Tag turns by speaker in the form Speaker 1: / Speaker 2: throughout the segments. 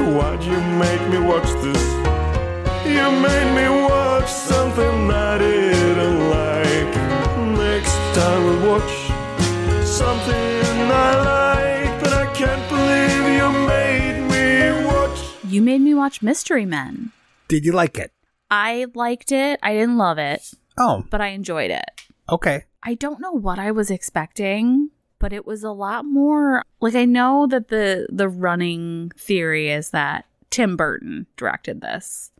Speaker 1: Why'd you make me watch this? You made me watch something I didn't like. Next I will watch something I like, but I can't believe you made me watch.
Speaker 2: You made me watch Mystery Men.
Speaker 3: Did you like it?
Speaker 2: I liked it. I didn't love it,
Speaker 3: Oh,
Speaker 2: but I enjoyed it.
Speaker 3: okay.
Speaker 2: I don't know what I was expecting, but it was a lot more like I know that the the running theory is that Tim Burton directed this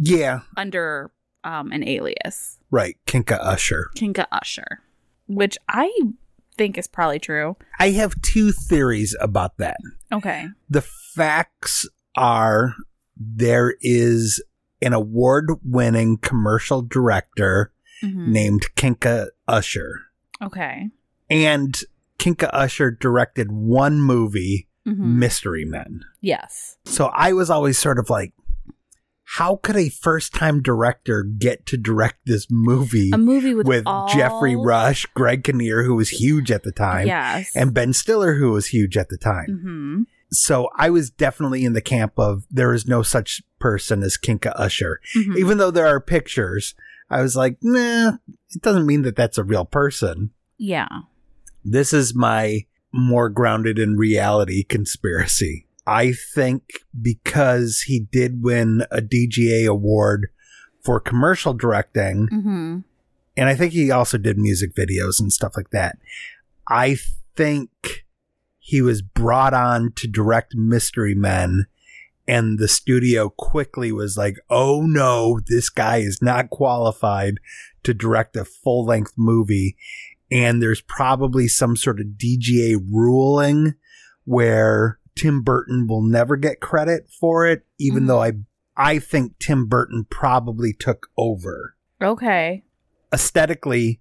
Speaker 3: Yeah.
Speaker 2: under um, an alias,
Speaker 3: Right. Kinka Usher.
Speaker 2: Kinka Usher, which I think is probably true.
Speaker 3: I have two theories about that.
Speaker 2: Okay.
Speaker 3: The facts are there is an award winning commercial director
Speaker 2: Mhm.
Speaker 3: named Kinka Usher.
Speaker 2: Okay.
Speaker 3: And Kinka Usher directed one movie,
Speaker 2: Mhm.
Speaker 3: Mystery Men.
Speaker 2: Yes.
Speaker 3: So I was always sort of like, how could a first time director get to direct this movie?
Speaker 2: A movie Um, with,
Speaker 3: with
Speaker 2: all-
Speaker 3: Jeffrey Rush, Greg Kinnear, who was huge at the time,
Speaker 2: Yes.
Speaker 3: and Ben Stiller, who was huge at the time.
Speaker 2: hmm
Speaker 3: So I was definitely in the camp of there is no such person as Kinka Usher.
Speaker 2: Hmm. Mm-hmm.
Speaker 3: Even though there are pictures, I was like, nah, it doesn't mean that that's a real person.
Speaker 2: Yeah.
Speaker 3: This is my more grounded in reality conspiracy. I think because he did win a DGA award for commercial directing,
Speaker 2: hmm
Speaker 3: and I think he also did music videos and stuff like that. I think he was brought on to direct Mystery Men, and the studio quickly was like, oh no, this guy is not qualified to direct a full length movie. And there's probably some sort of DGA ruling where Tim Burton will never get credit for it, even
Speaker 2: Mhm.
Speaker 3: though I I think Tim Burton probably took over
Speaker 2: Okay.
Speaker 3: aesthetically,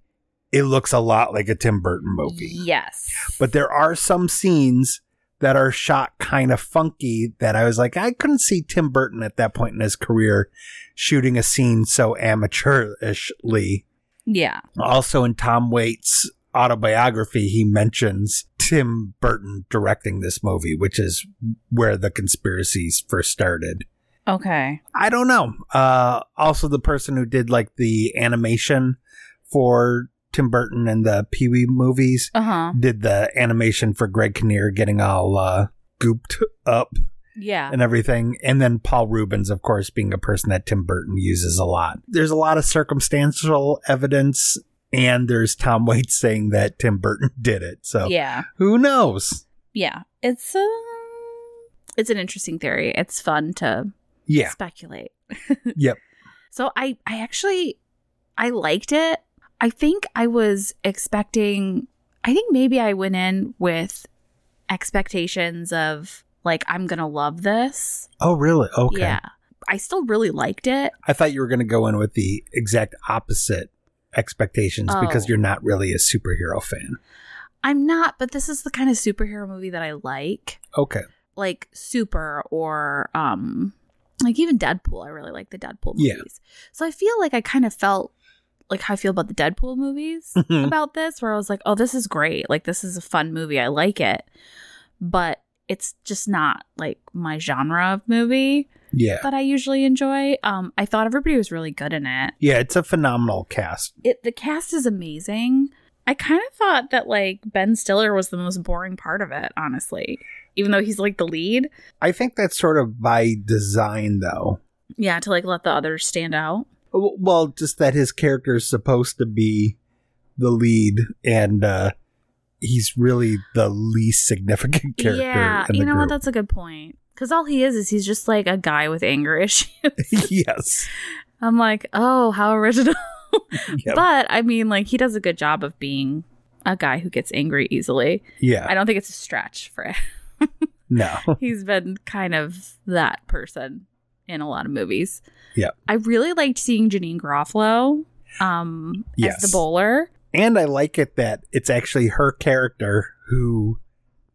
Speaker 3: it looks a lot like a Tim Burton
Speaker 2: Mm.
Speaker 3: movie.
Speaker 2: Yes.
Speaker 3: But there are some scenes that are shot kind of funky that I was like, I couldn't see Tim Burton at that point in his career shooting a scene so amateurishly.
Speaker 2: yeah.
Speaker 3: Also, in Tom Waits' autobiography, he mentions Tim Burton directing this movie, which is where the conspiracies first started.
Speaker 2: Okay.
Speaker 3: I don't know. Uh, also, the person who did like the animation for Tim Burton and the Pee Wee movies
Speaker 2: Uh huh.
Speaker 3: did the animation for Greg Kinnear getting all uh, gooped up
Speaker 2: Yeah.
Speaker 3: and everything. And then Paul Rubens, of course, being a person that Tim Burton uses a lot. There's a lot of circumstantial evidence, and there's Tom Waits saying that Tim Burton did it. So
Speaker 2: Yeah.
Speaker 3: who knows?
Speaker 2: Yeah. It's uh, it's an interesting theory. It's fun to
Speaker 3: Yeah.
Speaker 2: speculate.
Speaker 3: Yep.
Speaker 2: So I I actually I liked it. I think I was expecting I think maybe I went in with expectations of like I'm going to love this.
Speaker 3: Oh, really? Okay.
Speaker 2: Yeah. I still really liked it.
Speaker 3: I thought you were going to go in with the exact opposite expectations because
Speaker 2: Oh.
Speaker 3: you're not really a superhero fan.
Speaker 2: I'm not, but this is the kind of superhero movie that I like.
Speaker 3: Okay.
Speaker 2: like Super or um like even Deadpool. I really like the Deadpool movies.
Speaker 3: Yeah.
Speaker 2: So I feel like I kind of felt like how I feel about the Deadpool movies
Speaker 3: Mhm.
Speaker 2: about this, where I was like, oh, this is great. Like this is a fun movie. I like it. But it's just not like my genre of movie
Speaker 3: Yeah.
Speaker 2: that I usually enjoy. Um, I thought everybody was really good in it.
Speaker 3: Yeah, it's a phenomenal cast.
Speaker 2: It the cast is amazing. I kind of thought that like Ben Stiller was the most boring part of it, honestly. Even though he's like the lead.
Speaker 3: I think that's sort of by design, though.
Speaker 2: Yeah, to like let the others stand out.
Speaker 3: W- Well, just that his character is supposed to be the lead, and uh, he's really the least significant character.
Speaker 2: yeah,
Speaker 3: in the
Speaker 2: you know what?
Speaker 3: group.
Speaker 2: That's a good point. Because all he is is he's just like a guy with anger issues.
Speaker 3: yes.
Speaker 2: I'm like, oh, how original.
Speaker 3: Yep.
Speaker 2: But I mean, like, he does a good job of being a guy who gets angry easily.
Speaker 3: Yeah.
Speaker 2: I don't think it's a stretch for him.
Speaker 3: No.
Speaker 2: He's been kind of that person in a lot of movies.
Speaker 3: Yep.
Speaker 2: I really liked seeing Janine Garofalo um,
Speaker 3: Yes.
Speaker 2: as the bowler.
Speaker 3: And I like it that it's actually her character who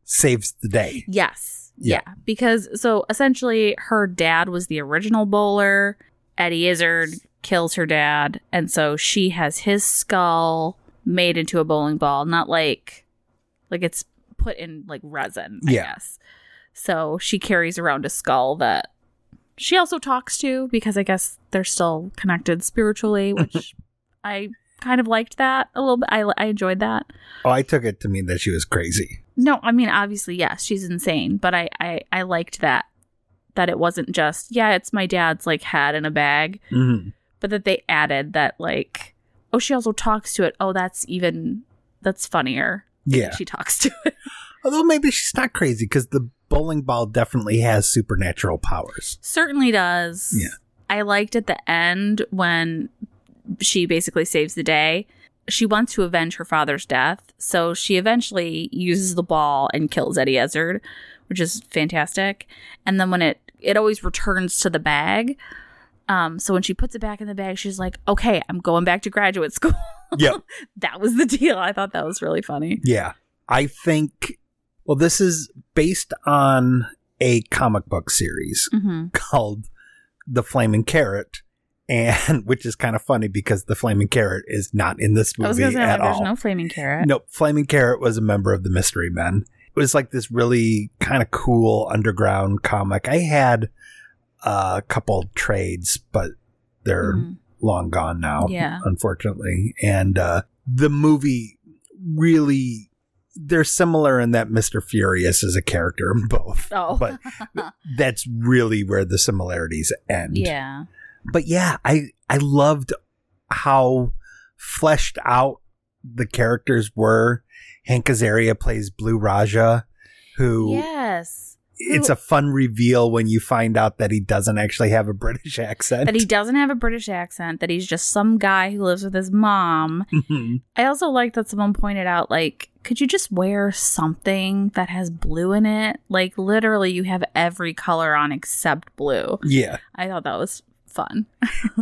Speaker 3: saves the day.
Speaker 2: Yes.
Speaker 3: Yeah.
Speaker 2: Yeah. Because so essentially her dad was the original bowler. Eddie Izzard kills her dad. And so she has his skull made into a bowling ball, not like like it's put in like resin, I
Speaker 3: Yeah.
Speaker 2: guess. So she carries around a skull that she also talks to because I guess they're still connected spiritually, which I kind of liked that a little bit. I, I enjoyed that.
Speaker 3: Oh, I took it to mean that she was crazy.
Speaker 2: No, I mean obviously yes, she's insane, but I I I liked that that it wasn't just yeah, it's my dad's like hat in a bag,
Speaker 3: Mm-hmm.
Speaker 2: but that they added that like oh she also talks to it. Oh, that's even that's funnier.
Speaker 3: Yeah.
Speaker 2: She talks to it.
Speaker 3: Although maybe she's not crazy because the bowling ball definitely has supernatural powers.
Speaker 2: Certainly does.
Speaker 3: Yeah.
Speaker 2: I liked at the end when she basically saves the day. She wants to avenge her father's death, so she eventually uses the ball and kills Eddie Izzard, which is fantastic. And then when it it always returns to the bag. Um, so when she puts it back in the bag, she's like, "Okay, I'm going back to graduate school."
Speaker 3: Yep.
Speaker 2: that was the deal. I thought that was really funny.
Speaker 3: Yeah. I think, well, this is based on a comic book series
Speaker 2: Mm-hmm.
Speaker 3: called The Flaming Carrot. And which is kind of funny because the Flaming Carrot is not in this movie
Speaker 2: I was gonna say
Speaker 3: at
Speaker 2: like, there's
Speaker 3: all.
Speaker 2: no flaming carrot.
Speaker 3: Nope. Flaming Carrot was a member of the Mystery Men. It was like this really kind of cool underground comic. I had uh, a couple trades, but they're
Speaker 2: Mhm.
Speaker 3: long gone now,
Speaker 2: Yeah.
Speaker 3: unfortunately. And uh, the movie really, they're similar in that Mr. Furious is a character in both.
Speaker 2: Oh.
Speaker 3: But that's really where the similarities end
Speaker 2: Yeah.
Speaker 3: but yeah, I I loved how fleshed out the characters were. Hank Azaria plays Blue Raja, who
Speaker 2: Yes.
Speaker 3: it's a fun reveal when you find out that he doesn't actually have a British accent.
Speaker 2: that he doesn't have a British accent, that he's just some guy who lives with his mom.
Speaker 3: Mhm.
Speaker 2: I also like that someone pointed out, like, could you just wear something that has blue in it? Like, literally, you have every color on except blue.
Speaker 3: yeah,
Speaker 2: I thought that was fun.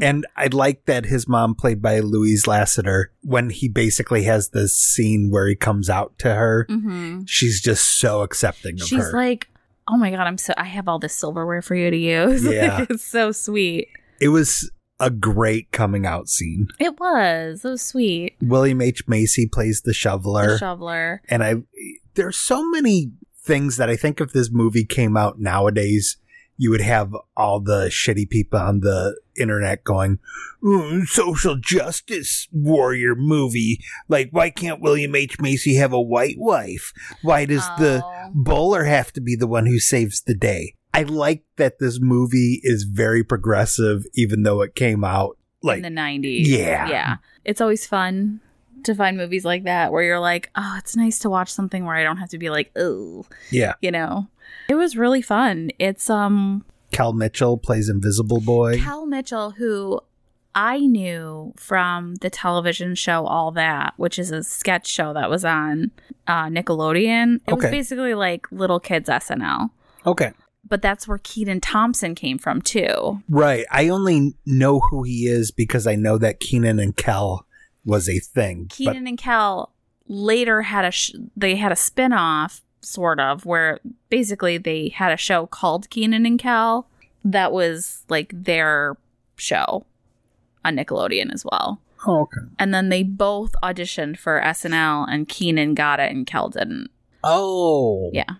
Speaker 3: and I like that his mom, played by Louise Lasseter, when he basically has this scene where he comes out to her,
Speaker 2: Mm-hmm.
Speaker 3: she's just so accepting of
Speaker 2: She's
Speaker 3: her.
Speaker 2: like, oh my God, I'm so, I have all this silverware for you to use. Like,
Speaker 3: Yeah.
Speaker 2: it's so sweet.
Speaker 3: it was a great coming out scene.
Speaker 2: It was. It was sweet.
Speaker 3: William H. Macy plays the
Speaker 2: The
Speaker 3: shoveler.
Speaker 2: shoveler.
Speaker 3: and I there's so many things that I think if this movie came out nowadays, you would have all the shitty people on the internet going, "Ooh, "Social justice warrior movie." Like, why can't William H Macy have a white wife? Why does the
Speaker 2: Oh.
Speaker 3: bowler have to be the one who saves the day? I like that this movie is very progressive, even though it came out like
Speaker 2: in the 90s.
Speaker 3: Yeah.
Speaker 2: Yeah. It's always fun to find movies like that where you're like, oh, it's nice to watch something where I don't have to be like, oh,
Speaker 3: yeah.
Speaker 2: you know. It was really fun. It's um
Speaker 3: Cal Mitchell plays Invisible Boy.
Speaker 2: Cal Mitchell who I knew from the television show All That, which is a sketch show that was on uh, Nickelodeon. It was
Speaker 3: Okay.
Speaker 2: basically like little kids SNL.
Speaker 3: okay.
Speaker 2: But that's where Keaton Thompson came from too.
Speaker 3: Right. I only know who he is because I know that Keenan and Kel was a thing. but
Speaker 2: Keenan and Kel later had a sh- they had a spin-off sort of where basically they had a show called Keenan and Kel that was like their show on Nickelodeon as well.
Speaker 3: oh, okay.
Speaker 2: And then they both auditioned for SNL and Keenan got it and Kel didn't.
Speaker 3: Oh.
Speaker 2: Yeah.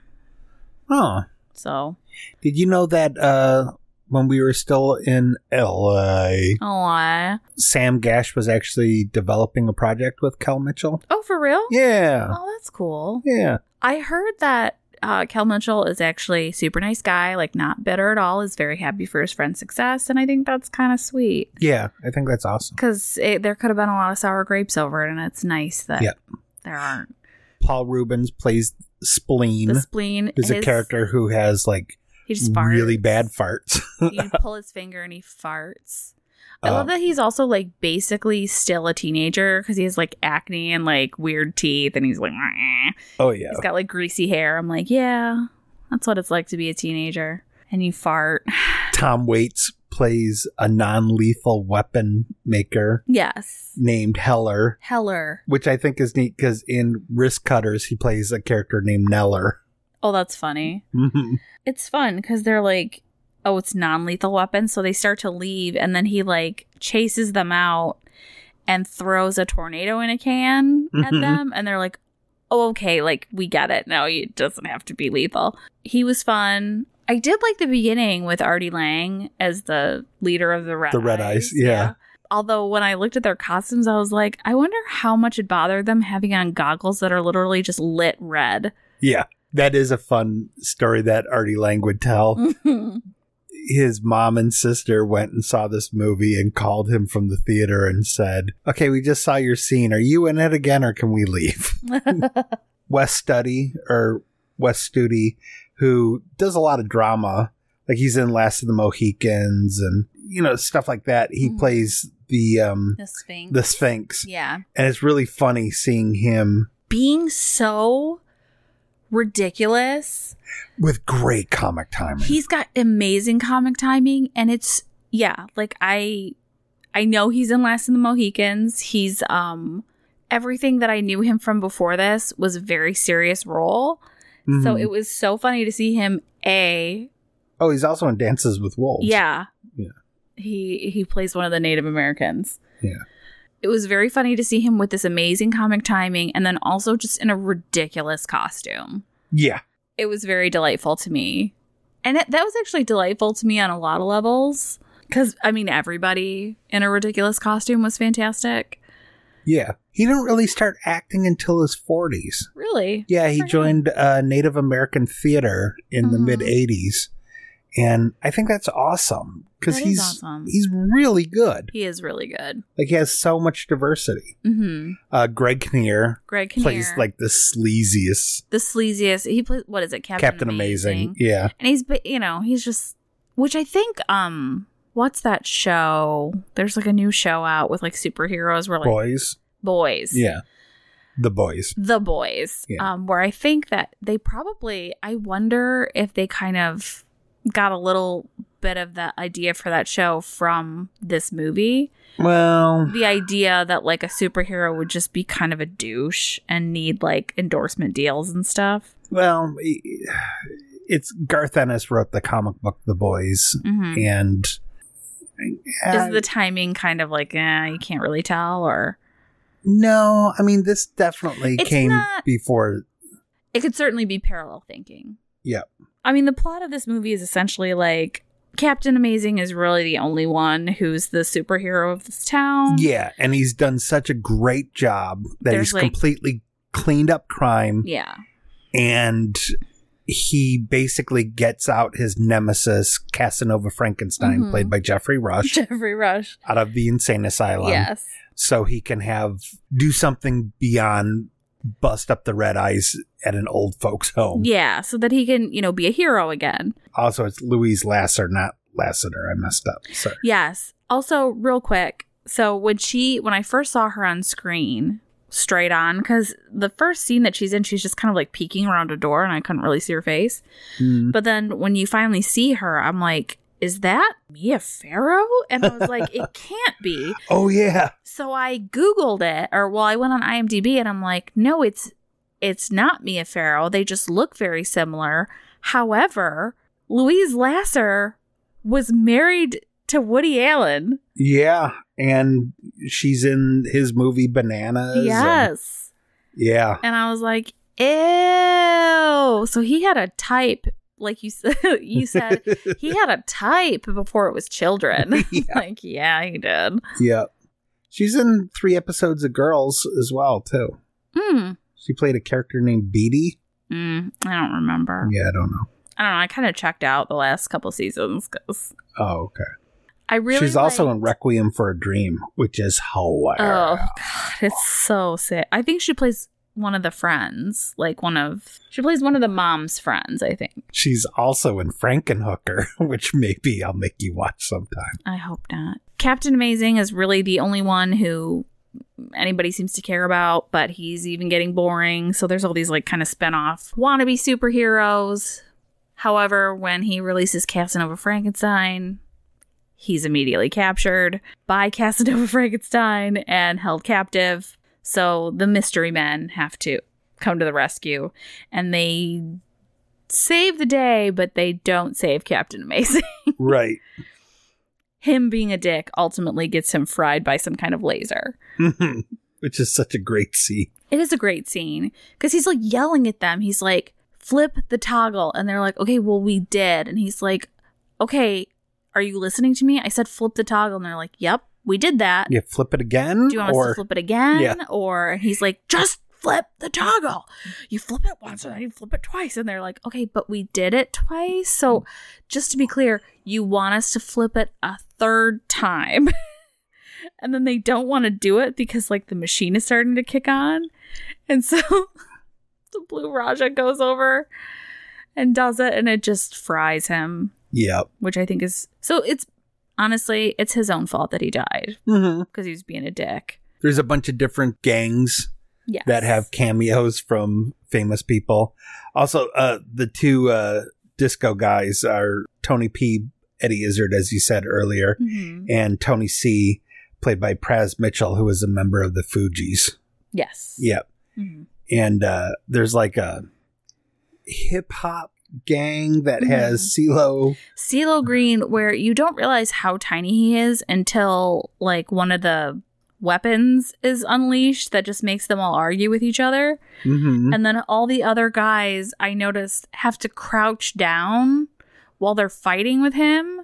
Speaker 3: Huh.
Speaker 2: So,
Speaker 3: Did you know that uh when we were still in LA,
Speaker 2: oh, uh,
Speaker 3: Sam Gash was actually developing a project with Kel Mitchell?
Speaker 2: oh for real?
Speaker 3: Yeah.
Speaker 2: Oh, that's cool.
Speaker 3: Yeah.
Speaker 2: I heard that uh, Kel Mitchell is actually super nice guy, like not bitter at all, is very happy for his friend's success. And I think that's kind of sweet
Speaker 3: Yeah, I think that's awesome.
Speaker 2: because there could have been a lot of sour grapes over it. And it's nice that
Speaker 3: Yep.
Speaker 2: there aren't.
Speaker 3: Paul Rubens plays Spleen,
Speaker 2: The spleen
Speaker 3: who's a
Speaker 2: his-
Speaker 3: character who has like
Speaker 2: He just farts.
Speaker 3: really bad farts.
Speaker 2: you pull his finger and he farts. I love
Speaker 3: Um,
Speaker 2: that he's also like basically still a teenager because he has like acne and like weird teeth and he's like, "Meh."
Speaker 3: oh yeah,
Speaker 2: he's got like greasy hair. I'm like, yeah, that's what it's like to be a teenager. And you fart.
Speaker 3: Tom Waits plays a non-lethal weapon maker
Speaker 2: yes.
Speaker 3: named Heller,
Speaker 2: Heller.
Speaker 3: which I think is neat because in Wrist Cutters he plays a character named Neller.
Speaker 2: Oh, that's funny.
Speaker 3: Mhm.
Speaker 2: It's fun because they're like, oh, it's non lethal weapons. So they start to leave and then he like chases them out and throws a tornado in a can at
Speaker 3: Mhm.
Speaker 2: them. And they're like, oh, okay, like we get it. No, it doesn't have to be lethal. He was fun. I did like the beginning with Artie Lang as the leader of the Red
Speaker 3: The Red Eyes, yeah.
Speaker 2: Although when I looked at their costumes, I was like, I wonder how much it bothered them having on goggles that are literally just lit red.
Speaker 3: Yeah, that is a fun story that Artie Lang would
Speaker 2: Mm.
Speaker 3: tell. His mom and sister went and saw this movie and called him from the theater and said, Okay, we just saw your scene. Are you in it again or can we leave? Wes Study or Wes Studi, who does a lot of drama, like he's in Last of the Mohicans and, you know, stuff like that. He
Speaker 2: Mhm.
Speaker 3: plays the, um,
Speaker 2: the Sphinx.
Speaker 3: the Sphinx.
Speaker 2: yeah.
Speaker 3: And it's really funny seeing him
Speaker 2: being so ridiculous.
Speaker 3: with great comic timing.
Speaker 2: He's got amazing comic timing and it's yeah, like I I know he's in Last of the Mohicans. He's um everything that I knew him from before this was a very serious role. So
Speaker 3: Mhm.
Speaker 2: it was so funny to see him a
Speaker 3: oh, he's also in Dances with Wolves.
Speaker 2: Yeah.
Speaker 3: Yeah.
Speaker 2: He he plays one of the Native Americans.
Speaker 3: Yeah.
Speaker 2: It was very funny to see him with this amazing comic timing and then also just in a ridiculous costume.
Speaker 3: Yeah.
Speaker 2: It was very delightful to me. And it, that was actually delightful to me on a lot of levels cuz I mean everybody in a ridiculous costume was fantastic.
Speaker 3: Yeah. He didn't really start acting until his 40s.
Speaker 2: Really?
Speaker 3: Yeah, he
Speaker 2: For him.
Speaker 3: joined uh, Native American theater in the
Speaker 2: Mhm.
Speaker 3: mid 80s. And I think that's awesome because
Speaker 2: That is
Speaker 3: he's
Speaker 2: awesome.
Speaker 3: he's really good.
Speaker 2: He is really good.
Speaker 3: Like he has so much diversity.
Speaker 2: Mhm.
Speaker 3: Uh, Greg Kinnear,
Speaker 2: Greg Kinnear.
Speaker 3: plays like the sleaziest
Speaker 2: the sleaziest. He plays what is it? Captain,
Speaker 3: Captain, Amazing. Yeah,
Speaker 2: and he's but you know he's just which i think um what's that show there's like a new show out with like superheroes where like
Speaker 3: boys.
Speaker 2: boys
Speaker 3: Yeah, the boys.
Speaker 2: the boys
Speaker 3: Yeah.
Speaker 2: um where i think that they probably i wonder if they kind of got a little bit of the idea for that show from this movie
Speaker 3: Well,
Speaker 2: the idea that like a superhero would just be kind of a douche and need like endorsement deals and stuff
Speaker 3: well, e, it's Garth Ennis wrote the comic book The Boys,
Speaker 2: hmm
Speaker 3: and
Speaker 2: is the timing kind of like eh, you can't really tell or
Speaker 3: No, I mean this definitely
Speaker 2: It's
Speaker 3: came
Speaker 2: not-
Speaker 3: before.
Speaker 2: it could certainly be parallel thinking.
Speaker 3: Yeah.
Speaker 2: I mean, the plot of this movie is essentially like Captain Amazing is really the only one who's the superhero of this town.
Speaker 3: Yeah, and he's done such a great job that
Speaker 2: Um, There's,
Speaker 3: he's
Speaker 2: like-
Speaker 3: completely cleaned up crime
Speaker 2: Yeah.
Speaker 3: and he basically gets out his nemesis Casanova Frankenstein
Speaker 2: Mhm.
Speaker 3: played by Jeffrey Rush
Speaker 2: Jeffrey Rush.
Speaker 3: out of the insane asylum
Speaker 2: Yes.
Speaker 3: so he can have do something beyond bust up the red eyes at an old folks home.
Speaker 2: Yeah. So that he can, you know, be a hero again.
Speaker 3: Also it's Louise Lasser not Lassiter. I messed up. Sorry.
Speaker 2: Yes. Also, real quick. So when she, when I first saw her on screen, straight on, because the first scene that she's in, she's just kind of like peeking around a door and I couldn't really see her face. But then when you finally see her, I'm like, is that Mia Farrow? And I was like, it can't be.
Speaker 3: Oh yeah.
Speaker 2: So I Googled it, or well, I went on IMDb and I'm like, no, it's it's not Mia Farrow. They just look very similar. However, Louise Lasser was married to Woody Allen.
Speaker 3: Yeah, and she's in his movie Bananas. and-
Speaker 2: Yes.
Speaker 3: yeah.
Speaker 2: And I was like, ew. So he had a type, like you said you said he had a type before it was children.
Speaker 3: Yeah.
Speaker 2: like, yeah, he did.
Speaker 3: yeah. She's in three episodes of Girls as well too.
Speaker 2: Hmm.
Speaker 3: She played a character named Beatty.
Speaker 2: Mm, I don't remember.
Speaker 3: Yeah, I don't know.
Speaker 2: I don't know. I kind of checked out the last couple seasons because
Speaker 3: Oh, okay.
Speaker 2: I really.
Speaker 3: She's also
Speaker 2: liked-
Speaker 3: in Requiem for a Dream, which is hilarious.
Speaker 2: Oh God, it's so sick. I think she plays one of the friends, like one of she plays one of the mom's friends. I think.
Speaker 3: She's also in Frankenhooker, which maybe I'll make you watch sometime.
Speaker 2: I hope not. Captain Amazing is really the only one who anybody seems to care about, but he's even getting boring. So there's all these like kind of spin-off wannabe superheroes. However, when he releases Casanova Frankenstein, he's immediately captured by Casanova Frankenstein and held captive. So the mystery men have to come to the rescue and they save the day, but they don't save Captain Amazing
Speaker 3: Right.
Speaker 2: him being a dick ultimately gets him fried by some kind of laser.
Speaker 3: Mm-hmm. which is such a great scene.
Speaker 2: It is a great scene because he's like yelling at them. He's like, flip the toggle. And they're like, okay, well, we did. And he's like, okay, are you listening to me? I said flip the toggle. And they're like, yep, we did that.
Speaker 3: You flip it again?
Speaker 2: Do you want us to flip it again?
Speaker 3: Yeah.
Speaker 2: Or he's like, just flip the toggle. You flip it once and then you flip it twice. And they're like, okay, but we did it twice. So just to be clear, you want us to flip it a third time. and then they don't want to do it because like the machine is starting to kick on. And so the blue Raja goes over and does it and it just fries him,
Speaker 3: Yep.
Speaker 2: which I think is so it's honestly, it's his own fault that he died
Speaker 3: Mm-hmm.
Speaker 2: because he was being a dick.
Speaker 3: There's a bunch of different gangs
Speaker 2: Yes.
Speaker 3: that have cameos from famous people. Also, uh, the two uh, disco guys are Tony P. Eddie Izzard, as you said earlier,
Speaker 2: Mhm.
Speaker 3: and Tony C., played by Praz Mitchell, who is a member of the Fugees.
Speaker 2: Yes.
Speaker 3: Yep.
Speaker 2: Mhm.
Speaker 3: and uh, there's like a hip hop gang that has CeeLo.
Speaker 2: CeeLo Green, where you don't realize how tiny he is until like one of the weapons is unleashed that just makes them all argue with each other.
Speaker 3: Mm-hmm.
Speaker 2: And then all the other guys I noticed have to crouch down while they're fighting with him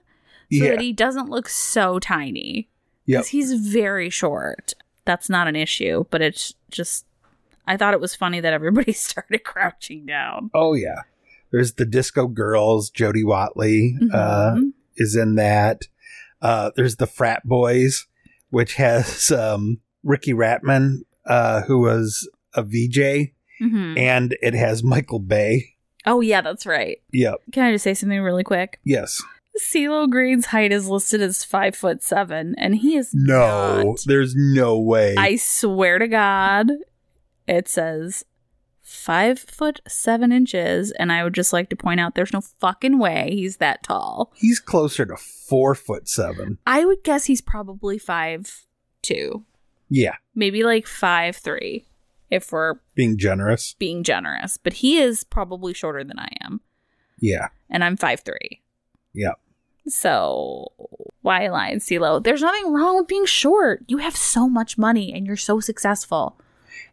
Speaker 2: so
Speaker 3: Yeah,
Speaker 2: that he doesn't look so tiny.
Speaker 3: Yep.
Speaker 2: Because he's very short. That's not an issue, but it's just I thought it was funny that everybody started crouching down.
Speaker 3: oh yeah. There's the Disco Girls. Jody Watley uh,
Speaker 2: Mhm.
Speaker 3: is in that. Uh, there's the Frat Boys, which has um, Ricky Ratman, uh, who was a VJ,
Speaker 2: Mhm.
Speaker 3: and it has Michael Bay.
Speaker 2: Oh yeah, that's right.
Speaker 3: Yep.
Speaker 2: Can I just say something really quick?
Speaker 3: Yes.
Speaker 2: CeeLo Green's height is listed as five foot seven, and he is
Speaker 3: No.
Speaker 2: not.
Speaker 3: There's no way.
Speaker 2: I swear to God, it says five foot seven inches, and I would just like to point out there's no fucking way he's that tall.
Speaker 3: He's closer to four foot seven.
Speaker 2: I would guess he's probably five two,
Speaker 3: Yeah.
Speaker 2: maybe like five three, if we're
Speaker 3: Being generous.
Speaker 2: being generous. But he is probably shorter than I am,
Speaker 3: Yeah.
Speaker 2: and I'm five three.
Speaker 3: Yeah.
Speaker 2: So why lie and CeeLo? There's nothing wrong with being short. You have so much money and you're so successful.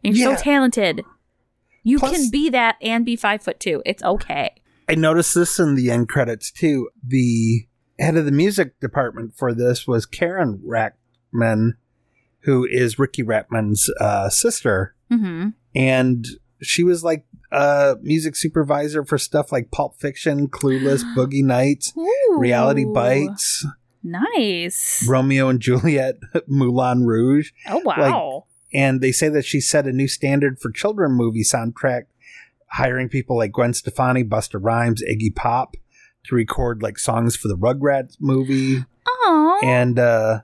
Speaker 2: And you're
Speaker 3: Yeah.
Speaker 2: so talented. You
Speaker 3: Plus-
Speaker 2: can be that and be five foot two. It's okay.
Speaker 3: I noticed this in the end credits too. The head of the music department for this was Karen Rackman, who is Ricky Ratman's uh, sister,
Speaker 2: Mm-hmm.
Speaker 3: and she was like a music supervisor for stuff like Pulp Fiction, Clueless, Boogie Nights, Reality Bites,
Speaker 2: Nice.
Speaker 3: Romeo and Juliet, Moulin Rouge,
Speaker 2: Oh wow.
Speaker 3: and they say that she set a new standard for children movie soundtrack, hiring people like Gwen Stefani, Busta Rhymes, Iggy Pop to record like songs for the Rugrats movie.
Speaker 2: Oh.
Speaker 3: And uh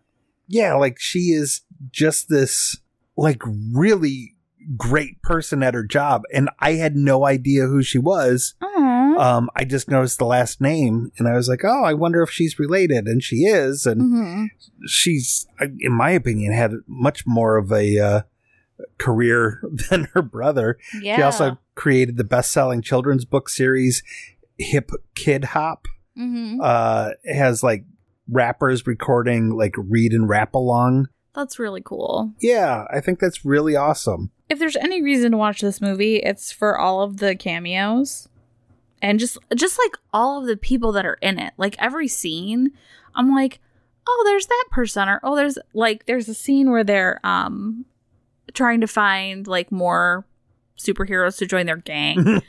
Speaker 3: yeah, like she is just this like really great person at her job and I had no idea who she was.
Speaker 2: Hmm.
Speaker 3: Um I just noticed the last name and I was like, "Oh, I wonder if she's related." And she is and
Speaker 2: hmm
Speaker 3: she's, I- in my opinion, had much more of a uh, career than her brother.
Speaker 2: Yeah.
Speaker 3: She also created the best-selling children's book series Hip Kid Hop.
Speaker 2: hmm
Speaker 3: Uh, it has like rappers recording like read and rap along.
Speaker 2: That's really cool.
Speaker 3: Yeah, I think that's really awesome.
Speaker 2: if there's any reason to watch this movie, it's for all of the cameos and just just like all of the people that are in it. Like every scene, I'm like, "Oh, there's that person." Or, "Oh, there's like there's a scene where they're um trying to find like more superheroes to join their gang.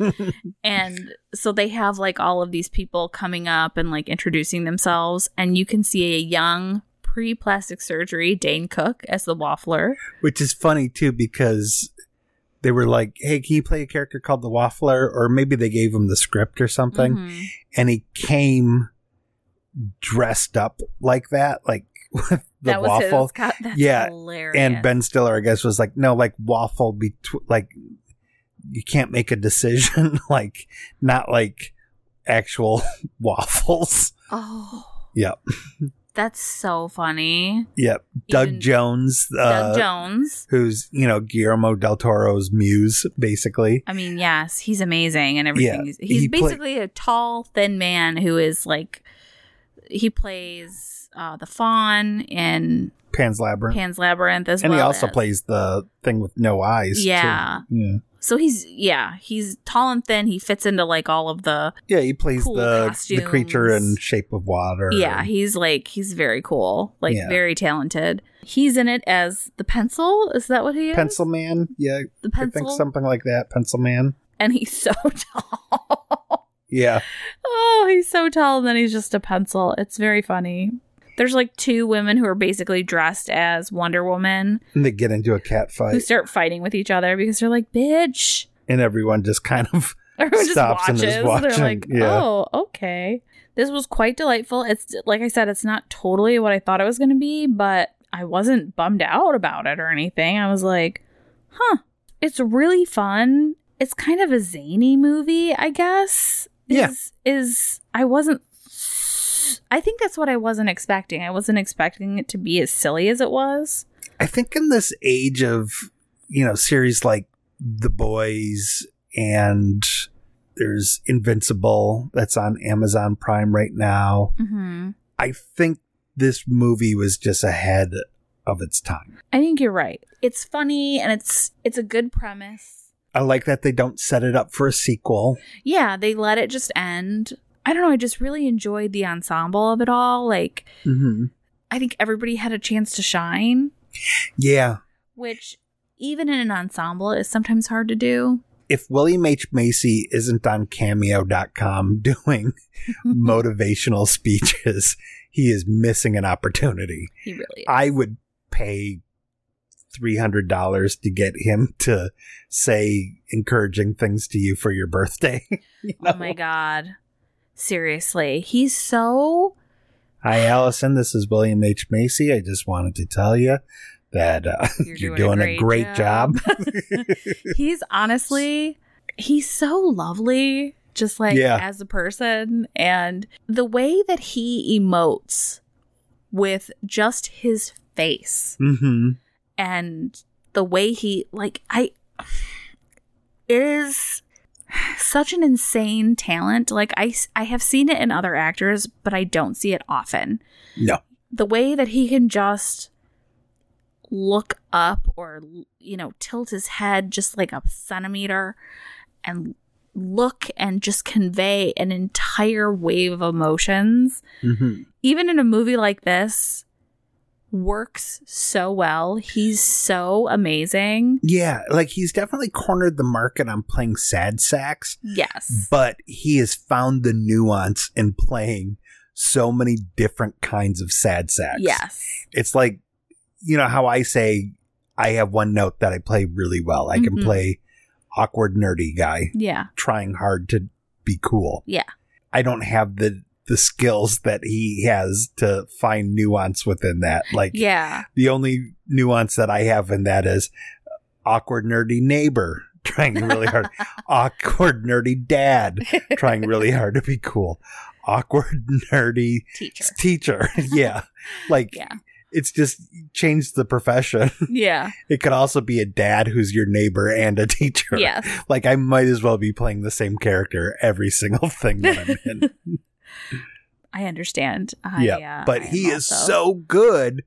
Speaker 2: and so they have like all of these people coming up and like introducing themselves. And you can see a young pre plastic surgery Dane Cook as the Waffler.
Speaker 3: Which is funny too because they were like, "Hey, can you play a character called the Waffler?" Or maybe they gave him the script or something,
Speaker 2: Mhm.
Speaker 3: and he came dressed up like that, like with the
Speaker 2: that was
Speaker 3: waffle.
Speaker 2: his. co- that's
Speaker 3: Yeah,
Speaker 2: hilarious.
Speaker 3: And Ben Stiller, I guess, was like, "No, like waffle, be like you can't make a decision, like not like actual waffles."
Speaker 2: Oh.
Speaker 3: Yep.
Speaker 2: That's so funny.
Speaker 3: Yep, Doug
Speaker 2: Even
Speaker 3: Jones, uh,
Speaker 2: Doug Jones.
Speaker 3: who's you know Guillermo del Toro's muse, basically.
Speaker 2: I mean, yes, he's amazing and everything.
Speaker 3: Yeah,
Speaker 2: he's
Speaker 3: he
Speaker 2: he's
Speaker 3: play-
Speaker 2: basically a tall, thin man who is like he plays uh, the fawn in
Speaker 3: Pan's Labyrinth.
Speaker 2: Pan's Labyrinth as
Speaker 3: and
Speaker 2: well.
Speaker 3: he also
Speaker 2: as-
Speaker 3: plays the thing with no eyes. too.
Speaker 2: Yeah.
Speaker 3: Yeah.
Speaker 2: So he's yeah, he's tall and thin. He fits into like all of the
Speaker 3: Yeah, he plays
Speaker 2: Cool
Speaker 3: the the
Speaker 2: costumes.
Speaker 3: creature in Shape of Water.
Speaker 2: yeah. He's like he's very cool, like
Speaker 3: Yeah.
Speaker 2: very talented. He's in it as the pencil. Is that what he is?
Speaker 3: Pencil Man. Yeah,
Speaker 2: The
Speaker 3: I think
Speaker 2: pencil.
Speaker 3: something like that. Pencil Man.
Speaker 2: and he's so tall.
Speaker 3: Yeah.
Speaker 2: Oh, he's so tall, and then he's just a pencil. It's very funny. There's like two women who are basically dressed as Wonder Woman
Speaker 3: And they get into a cat
Speaker 2: who
Speaker 3: fight,
Speaker 2: start fighting with each other because they're like, bitch.
Speaker 3: and everyone just kind of.
Speaker 2: Everyone just
Speaker 3: Stops and
Speaker 2: watches.
Speaker 3: is
Speaker 2: They're
Speaker 3: watching,
Speaker 2: like,
Speaker 3: yeah.
Speaker 2: oh, okay. This was quite delightful. It's like I said, it's not totally what I thought it was going to be, but I wasn't bummed out about it or anything. I was like, huh, it's really fun. It's kind of a zany movie, I guess.
Speaker 3: Yeah.
Speaker 2: Is, is I wasn't. I think that's what I wasn't expecting. I wasn't expecting it to be as silly as it was.
Speaker 3: I think in this age of you know series like The Boys and there's Invincible that's on Amazon Prime right now.
Speaker 2: Mm-hmm.
Speaker 3: I think this movie was just ahead of its time.
Speaker 2: I think you're right. It's funny and it's it's a good premise.
Speaker 3: I like that they don't set it up for a sequel.
Speaker 2: yeah, they let it just end. I don't know. I just really enjoyed the ensemble of it all. Like,
Speaker 3: Mm-hmm.
Speaker 2: I think everybody had a chance to shine,
Speaker 3: Yeah.
Speaker 2: which even in an ensemble is sometimes hard to do.
Speaker 3: If William H. Macy isn't on cameo.com doing motivational speeches, he is missing an opportunity.
Speaker 2: He really.
Speaker 3: I would pay $300 to get him to say encouraging things to you for your birthday. You
Speaker 2: Oh
Speaker 3: know?
Speaker 2: my god. Seriously, he's so
Speaker 3: Hi, Allison. This is William H. Macy. I just wanted to tell you that uh,
Speaker 2: You're
Speaker 3: you're,
Speaker 2: doing
Speaker 3: doing,
Speaker 2: a
Speaker 3: a
Speaker 2: great
Speaker 3: great job.
Speaker 2: he's honestly he's so lovely just like
Speaker 3: Yeah.
Speaker 2: as a person and the way that he emotes with just his face
Speaker 3: hmm
Speaker 2: and the way he like i it is such an insane talent like i s- i have seen it in other actors but i don't see it often
Speaker 3: No.
Speaker 2: the way that he can just look up or you know tilt his head just like a centimeter and look and just convey an entire wave of emotions
Speaker 3: hmm
Speaker 2: even in a movie like this works so well. He's so amazing.
Speaker 3: Yeah, like he's definitely cornered the market on playing sad sax,
Speaker 2: Yes.
Speaker 3: but he has found the nuance in playing so many different kinds of sad sax.
Speaker 2: Yes.
Speaker 3: It's like, you know, how I say I have one note that I play really well. I
Speaker 2: Mhm.
Speaker 3: can play awkward, nerdy guy
Speaker 2: Yeah.
Speaker 3: trying hard to be cool.
Speaker 2: Yeah.
Speaker 3: I don't have the the skills that he has to find nuance within that. Like
Speaker 2: Yeah.
Speaker 3: the only nuance that I have in that is awkward nerdy neighbor trying really hard, awkward nerdy dad trying really hard to be cool, awkward nerdy
Speaker 2: Teacher.
Speaker 3: teacher. yeah. Like
Speaker 2: Yeah.
Speaker 3: it's just changed the profession.
Speaker 2: Yeah.
Speaker 3: It could also be a dad who's your neighbor and a teacher.
Speaker 2: Yes.
Speaker 3: Like I might as well be playing the same character every single thing that I'm in.
Speaker 2: I understand. I,
Speaker 3: yeah,
Speaker 2: uh,
Speaker 3: but
Speaker 2: I
Speaker 3: he
Speaker 2: am
Speaker 3: is
Speaker 2: also-
Speaker 3: so good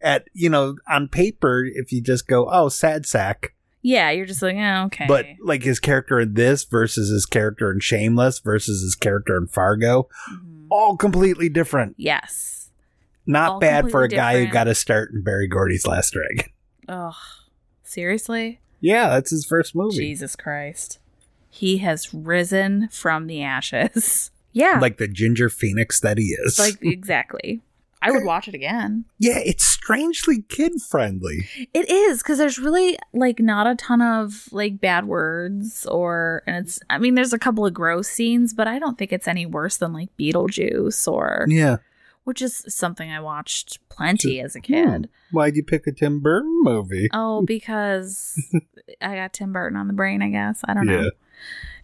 Speaker 3: at you know on paper if you just go oh sad sack
Speaker 2: Yeah, you're just like, oh, okay.
Speaker 3: but like his character in this versus his character in shameless versus his character in fargo
Speaker 2: Mhm.
Speaker 3: all completely different
Speaker 2: Yes.
Speaker 3: not
Speaker 2: All
Speaker 3: bad for a
Speaker 2: completely
Speaker 3: guy who
Speaker 2: different.
Speaker 3: got a start in barry gordy's last dragon
Speaker 2: Ugh. Seriously?
Speaker 3: Yeah, that's his first movie.
Speaker 2: Jesus Christ. He has risen from the ashes. Yeah.
Speaker 3: Like the ginger phoenix that he is.
Speaker 2: like exactly. I would watch it again.
Speaker 3: yeah, it's strangely kid friendly.
Speaker 2: It is because there's really like not a ton of like bad words or and it's I mean there's a couple of gross scenes but I don't think it's any worse than like Beetlejuice or
Speaker 3: Yeah.
Speaker 2: which is something I watched plenty as a kid.
Speaker 3: Why'd you pick a Tim Burton movie?
Speaker 2: Oh, because I got Tim Burton on the brain, I guess. I don't know.
Speaker 3: Yeah.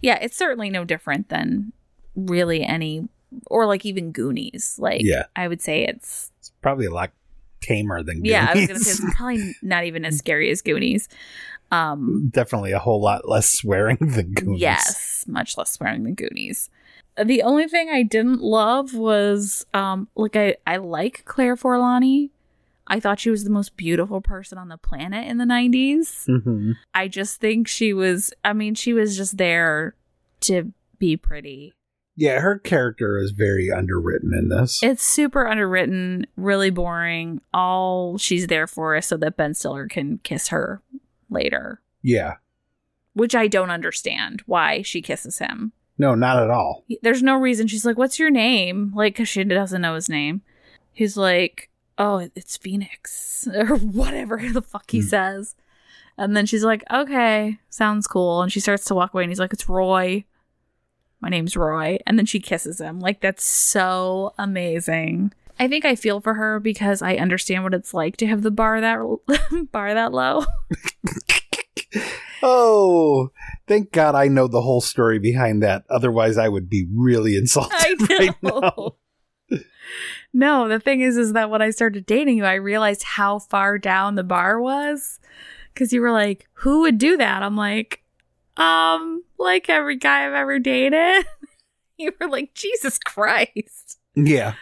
Speaker 2: Yeah, it's certainly no different than really any or like even Goonies. Like
Speaker 3: Yeah.
Speaker 2: I would say it's
Speaker 3: It's probably a lot tamer than
Speaker 2: yeah, I was gonna
Speaker 3: Goonies.
Speaker 2: say it's probably not even as scary as Goonies. Um
Speaker 3: Definitely a whole lot less swearing than Goonies.
Speaker 2: Yes, much less swearing than Goonies. The only thing I didn't love was um like I I like Claire Forlani. I thought she was the most beautiful person on the planet in the 90s.
Speaker 3: Mhm.
Speaker 2: I just think she was I mean she was just there to be pretty.
Speaker 3: Yeah, her character is very underwritten in this.
Speaker 2: It's super underwritten, really boring. All she's there for is so that Ben Stiller can kiss her later,
Speaker 3: yeah.
Speaker 2: which I don't understand why she kisses him.
Speaker 3: No, not at all.
Speaker 2: there's no reason she's like what's your name like because she doesn't know his name he's like oh it's phoenix or whatever the fuck he
Speaker 3: Hmm.
Speaker 2: says and then she's like okay sounds cool and she starts to walk away and he's like it's roy my name's roy and then she kisses him like that's so amazing i think i feel for her because i understand what it's like to have the bar that bar that low
Speaker 3: Oh, thank God I know the whole story behind that. Otherwise, I would be really insulted
Speaker 2: I
Speaker 3: right
Speaker 2: know.
Speaker 3: now.
Speaker 2: No, the thing is, is that when I started dating you, I realized how far down the bar was. Cause you were like, who would do that? I'm like, um, like every guy I've ever dated. You were like, Jesus Christ.
Speaker 3: Yeah.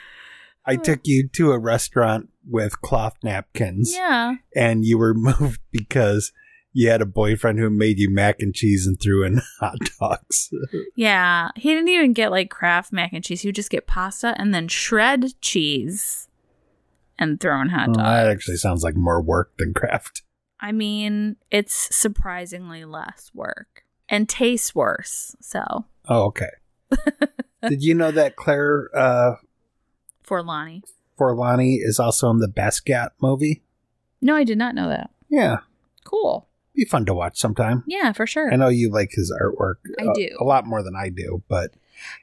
Speaker 3: I took you to a restaurant with cloth napkins,
Speaker 2: Yeah.
Speaker 3: and you were moved because you had a boyfriend who made you mac and cheese and threw in hot dogs.
Speaker 2: Yeah. He didn't even get like Kraft mac and cheese. He would just get pasta and then shred cheese and throw in hot
Speaker 3: Well,
Speaker 2: dogs.
Speaker 3: Oh, that actually sounds like more work than craft.
Speaker 2: I mean, it's surprisingly less work and tastes worse. So
Speaker 3: Oh, okay. Did you know that Claire uh,
Speaker 2: for Lonnie.
Speaker 3: Forlani is also in the Basquiat movie?
Speaker 2: No, I did not know that.
Speaker 3: Yeah,
Speaker 2: Cool.
Speaker 3: be fun to watch sometime.
Speaker 2: Yeah, for sure.
Speaker 3: I know you like his artwork.
Speaker 2: I
Speaker 3: a-
Speaker 2: do.
Speaker 3: a lot more than I do, but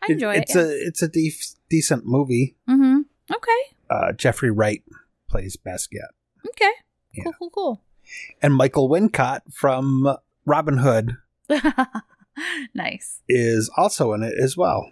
Speaker 2: I enjoy
Speaker 3: It's
Speaker 2: it.
Speaker 3: a it's a def- decent movie.
Speaker 2: mm-hmm. Okay.
Speaker 3: Uh, Jeffrey Wright plays Basquiat,
Speaker 2: Okay.
Speaker 3: Yeah.
Speaker 2: Cool, cool,
Speaker 3: and Michael Wincott from Robin Hood
Speaker 2: cool. nice.
Speaker 3: is also in it as well.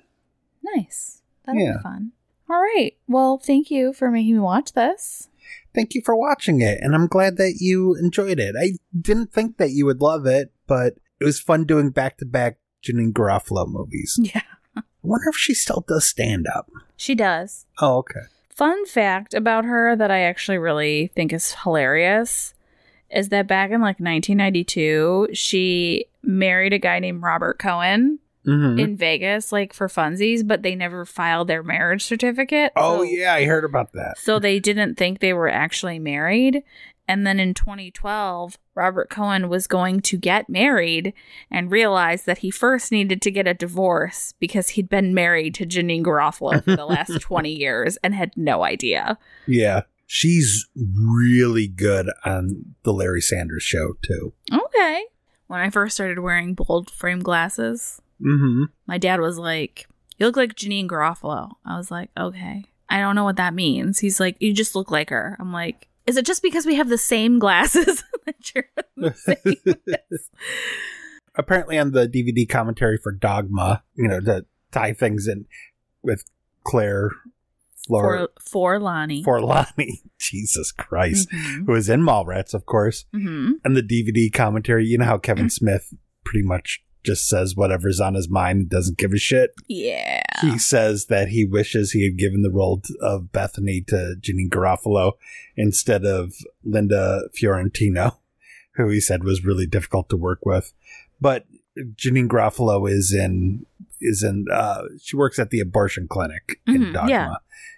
Speaker 2: Nice. That'll
Speaker 3: Yeah.
Speaker 2: be fun. All right. Well, thank you for making me watch this.
Speaker 3: Thank you for watching it, and I'm glad that you enjoyed it. I didn't think that you would love it, but it was fun doing back to back Janine Garofalo movies. I
Speaker 2: Yeah.
Speaker 3: wonder if she still does stand up.
Speaker 2: She does.
Speaker 3: Oh, okay.
Speaker 2: Fun fact about her that I actually really think is hilarious is that back in like 1992, she married a guy named Robert Cohen
Speaker 3: hmm
Speaker 2: in Vegas, like for funsies, but they never filed their marriage certificate.
Speaker 3: oh
Speaker 2: so-
Speaker 3: yeah, I heard about that.
Speaker 2: So they didn't think they were actually married. And then in 2012, Robert Cohen was going to get married and realized that he first needed to get a divorce because he'd been married to Janine Garofalo for the last 20 years and had no idea.
Speaker 3: Yeah. She's really good on the Larry Sanders show too.
Speaker 2: Okay. When I first started wearing bold frame glasses,
Speaker 3: Mm-hmm.
Speaker 2: my dad was like, You look like Janine Garofalo. I was like, Okay. I don't know what that means. He's like, You just look like her. I'm like, Is it just because we have the same glasses that you're the same?
Speaker 3: Apparently, on the DVD commentary for Dogma, you know, to tie things in with Claire Flor-
Speaker 2: for, for Lonnie.
Speaker 3: Forlani, Jesus Christ,
Speaker 2: Mhm.
Speaker 3: who is in Mallrats, of course.
Speaker 2: Mhm.
Speaker 3: And the DVD commentary, you know how Kevin Smith pretty much just says whatever's on his mind and doesn't give a shit.
Speaker 2: Yeah.
Speaker 3: He says that he wishes he had given the role t- of Bethany to Janine Garofalo instead of Linda Fiorentino, who he said was really difficult to work with. But Janine Garofalo is in is in uh, she works at the abortion clinic in
Speaker 2: Mhm,
Speaker 3: Dogma.
Speaker 2: yeah.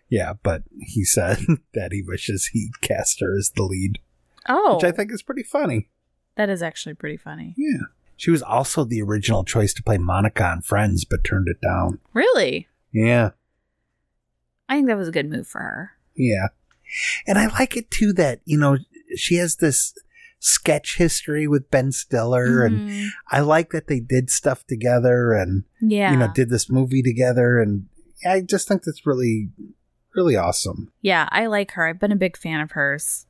Speaker 3: Yeah, but he said that he wishes he cast her as the lead,
Speaker 2: Oh.
Speaker 3: which I think is pretty funny.
Speaker 2: That is actually pretty funny.
Speaker 3: Yeah. She was also the original choice to play Monica on Friends, but turned it down.
Speaker 2: Really?
Speaker 3: Yeah.
Speaker 2: I think that was a good move for her.
Speaker 3: Yeah. And I like it too that, you know, she has this sketch history with Ben Stiller. And
Speaker 2: Mhm.
Speaker 3: I like that they did stuff together and,
Speaker 2: yeah.
Speaker 3: you know, did this movie together. And I just think that's really, really awesome.
Speaker 2: yeah, I like her. I've been a big fan of hers.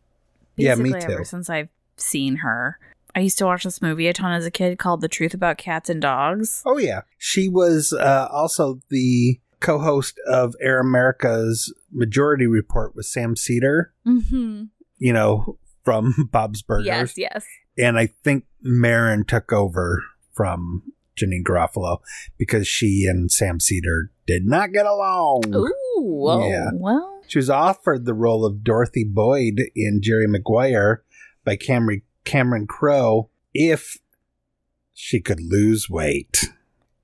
Speaker 3: Yeah, me
Speaker 2: basically Ever
Speaker 3: too.
Speaker 2: since I've seen her. I used to watch this movie a ton as a kid called The Truth About Cats and Dogs.
Speaker 3: Oh, yeah. She was uh, also the co host of Air America's Majority Report with Sam Cedar,
Speaker 2: Mm-hmm.
Speaker 3: you know, from Bob's Burgers.
Speaker 2: Yes, yes.
Speaker 3: and I think Marin took over from Janine Garofalo because she and Sam Cedar did not get along.
Speaker 2: Ooh, whoa.
Speaker 3: Mm. Yeah.
Speaker 2: Well,
Speaker 3: She was offered the role of Dorothy Boyd in Jerry Maguire by Cameron Cameron Crowe if she could lose weight.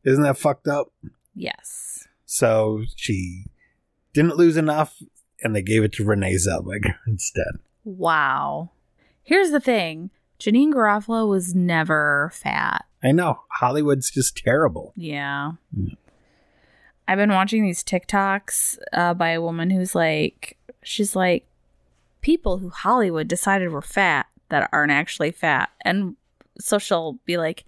Speaker 3: Isn't that fucked up?
Speaker 2: yes.
Speaker 3: So she didn't lose enough, and they gave it to Renee Zellweger instead.
Speaker 2: Wow. Here's the thing Janine Garofalo was never fat.
Speaker 3: I know Hollywood's just terrible.
Speaker 2: Yeah. I've been watching these TikToks uh, by a woman who's like, she's like, people who Hollywood decided were fat that aren't actually fat. And so she'll be like,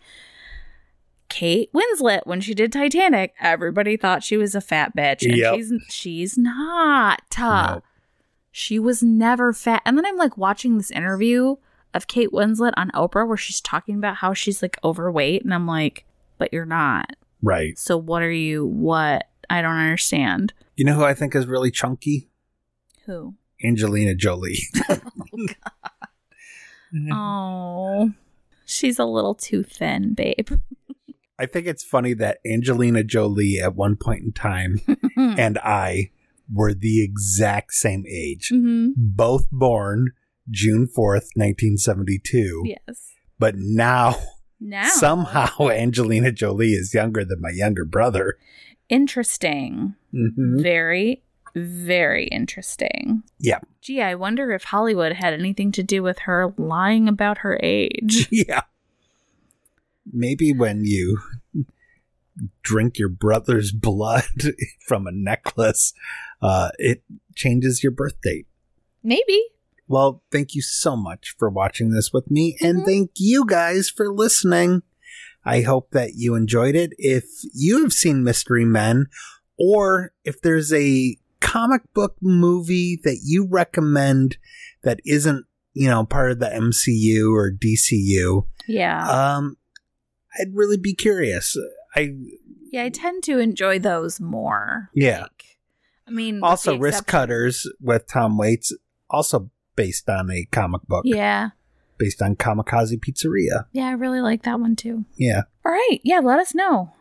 Speaker 2: Kate Winslet, when she did Titanic, everybody thought she was a fat bitch. And
Speaker 3: Yep.
Speaker 2: she's, she's not.
Speaker 3: Nope.
Speaker 2: She was never fat. And then I'm like watching this interview of Kate Winslet on Oprah where she's talking about how she's like overweight. And I'm like, but you're not.
Speaker 3: Right.
Speaker 2: So what are you? What? I don't understand.
Speaker 3: You know who I think is really chunky?
Speaker 2: Who?
Speaker 3: Angelina Jolie.
Speaker 2: Mm-hmm. Oh, she's a little too thin, babe.
Speaker 3: I think it's funny that Angelina Jolie at one point in time and I were the exact same age.
Speaker 2: hmm
Speaker 3: Both born June 4th, 1972.
Speaker 2: Yes.
Speaker 3: But now,
Speaker 2: Now,
Speaker 3: somehow Angelina Jolie is younger than my younger brother.
Speaker 2: interesting.
Speaker 3: Mhm.
Speaker 2: Very, very interesting.
Speaker 3: Yeah.
Speaker 2: Gee, I wonder if Hollywood had anything to do with her lying about her age.
Speaker 3: Yeah. Maybe when you drink your brother's blood from a necklace, uh, it changes your birth date.
Speaker 2: Maybe.
Speaker 3: Well, thank you so much for watching this with me, and
Speaker 2: Mhm.
Speaker 3: thank you guys for listening. I hope that you enjoyed it. If you have seen Mystery Men, or if there's a comic book movie that you recommend that isn't, you know, part of the MCU or DCU,
Speaker 2: Yeah.
Speaker 3: um, I'd really be curious. I
Speaker 2: yeah, I tend to enjoy those more.
Speaker 3: Yeah.
Speaker 2: Like, I mean, with
Speaker 3: also
Speaker 2: the
Speaker 3: Risk
Speaker 2: exception-
Speaker 3: Cutters with Tom Waits, also based on a comic book,
Speaker 2: Yeah.
Speaker 3: based on Kamikaze Pizzeria.
Speaker 2: Yeah, I really like that one too.
Speaker 3: Yeah.
Speaker 2: All right. Yeah, let us know.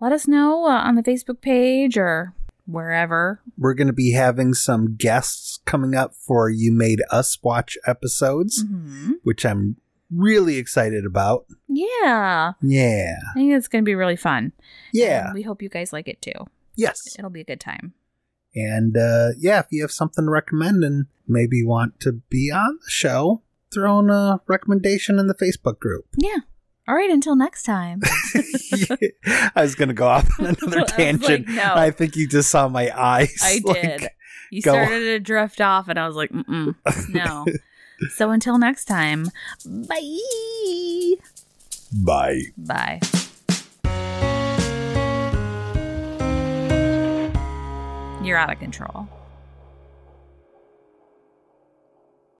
Speaker 2: Let us know uh, on the Facebook page or wherever.
Speaker 3: We're going to be having some guests coming up for You Made Us Watch episodes,
Speaker 2: Mm-hmm.
Speaker 3: which I'm really excited about.
Speaker 2: Yeah.
Speaker 3: Yeah.
Speaker 2: I think it's going to be really fun.
Speaker 3: Yeah.
Speaker 2: And we hope you guys like it too.
Speaker 3: Yes.
Speaker 2: It'll be a good time.
Speaker 3: And uh, yeah, if you have something to recommend and maybe want to be on the show, throw in a recommendation in the Facebook group.
Speaker 2: Yeah. All right. Until next time.
Speaker 3: I was going to go off on
Speaker 2: I
Speaker 3: another
Speaker 2: was like,
Speaker 3: tangent.
Speaker 2: no.
Speaker 3: I think you just saw my eyes.
Speaker 2: I
Speaker 3: like,
Speaker 2: did. You
Speaker 3: go-
Speaker 2: started to drift off, and I was like, mm no. so until next time, bye.
Speaker 3: Bye.
Speaker 2: Bye. You're out of control.